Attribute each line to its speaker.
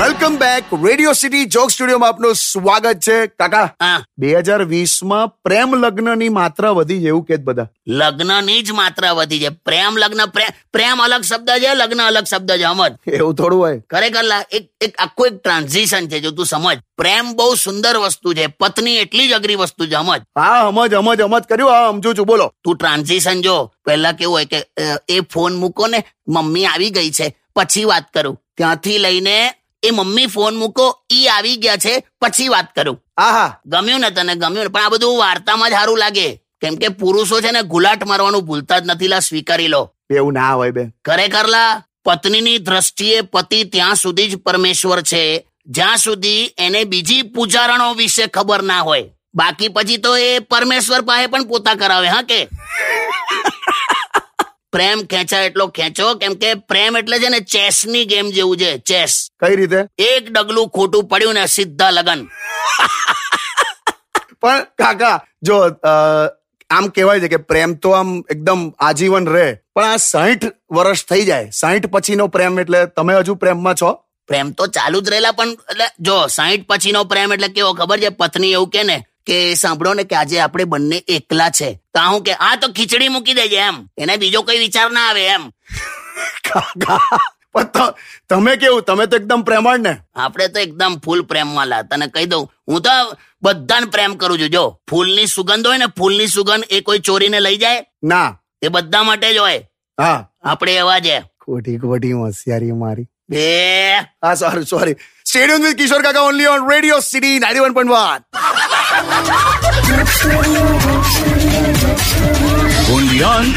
Speaker 1: back radio city joke સ્ટુડિયોમાં આપનું સ્વાગત છે કાકા
Speaker 2: હા
Speaker 1: બે હજાર વીસમાં પ્રેમ લગ્નની માત્રા વધી છે એવું કે બધા
Speaker 2: લગ્નની જ માત્રા વધી છે પ્રેમ લગ્ન પ્રેમ પ્રેમ અલગ શબ્દ છે લગ્ન અલગ શબ્દ છે અમર
Speaker 1: એવું થોડું હોય
Speaker 2: ખરેખર લા, એક એક આખું એક ટ્રાન્ઝિશન છે જો તું સમજ પ્રેમ બહુ સુંદર વસ્તુ છે પત્ની એટલી જ અઘરી વસ્તુ છે સમજ
Speaker 1: હા હમજ હમજ હમજ કર્યું હા સમજુ છું બોલો
Speaker 2: તું ટ્રાન્ઝિશન જો પહેલા કેવું હોય કે અ, એ ફોન મૂકો ને મમ્મી આવી ગઈ છે પછી વાત કરું ત્યાંથી લઈને એ મમ્મી ફોન મૂકો ઈ આવી ગયા છે પછી વાત કરું
Speaker 1: હા હા
Speaker 2: ગમ્યું ને તને ગમ્યું ને પણ આ બધું વાર્તામાં જ સારું લાગે કેમ કે પુરુષો છે ને ગુલાટ મારવાનું ભૂલતા જ નથી લા સ્વીકારી લો
Speaker 1: એવું ના હોય બે
Speaker 2: ખરેખર લા પત્નીની દ્રષ્ટિએ પતિ ત્યાં સુધી જ પરમેશ્વર છે જ્યાં સુધી એને બીજી પૂજારણો વિશે ખબર ના હોય બાકી પછી તો એ પરમેશ્વર પાસે પણ પોતા કરાવે હા કે પ્રેમ ખેંચાય એટલો ખેંચો કેમ કે પ્રેમ એટલે છે ને ચેસની ગેમ જેવું છે ચેસ
Speaker 1: કઈ રીતે
Speaker 2: એક ડગલું ખોટું પડ્યું ને સીધા લગન
Speaker 1: પણ કાકા જો અ, આમ કહેવાય છે કે પ્રેમ તો આમ એકદમ આજીવન રહે પણ આ સાહીઠ વર્ષ થઈ જાય સાહીઠ પછીનો પ્રેમ એટલે તમે હજુ પ્રેમમાં છો
Speaker 2: પ્રેમ તો ચાલુ જ રહેલા પણ એટલે જો સાહીઠ પછીનો પ્રેમ એટલે કેવો ખબર છે પત્ની એવું કે ને કે સાંભળો ને કે આજે આપણે બંને એકલા છે તો હું કે આ તો ખીચડી મૂકી દેજે એમ એને બીજો કોઈ વિચાર ના આવે એમ
Speaker 1: કાકા પણ ત- તમે કેવું તમે તો એકદમ પ્રેમાળ ને
Speaker 2: આપણે તો એકદમ ફૂલ પ્રેમમાં લા તને કહી દઉં હું તો બધાને પ્રેમ કરું છું જો ફૂલની સુગંધ હોય ને ફૂલની સુગંધ એ કોઈ ચોરીને લઈ જાય
Speaker 1: ના
Speaker 2: એ બધા માટે જ હોય
Speaker 1: હા
Speaker 2: આપણે એવા છે
Speaker 1: ખોટી ખોટી હોશિયારી મારી
Speaker 2: બે
Speaker 1: હા sorry sorry stadium with Kishore કાકા only on radio city ninety one point one
Speaker 3: Only on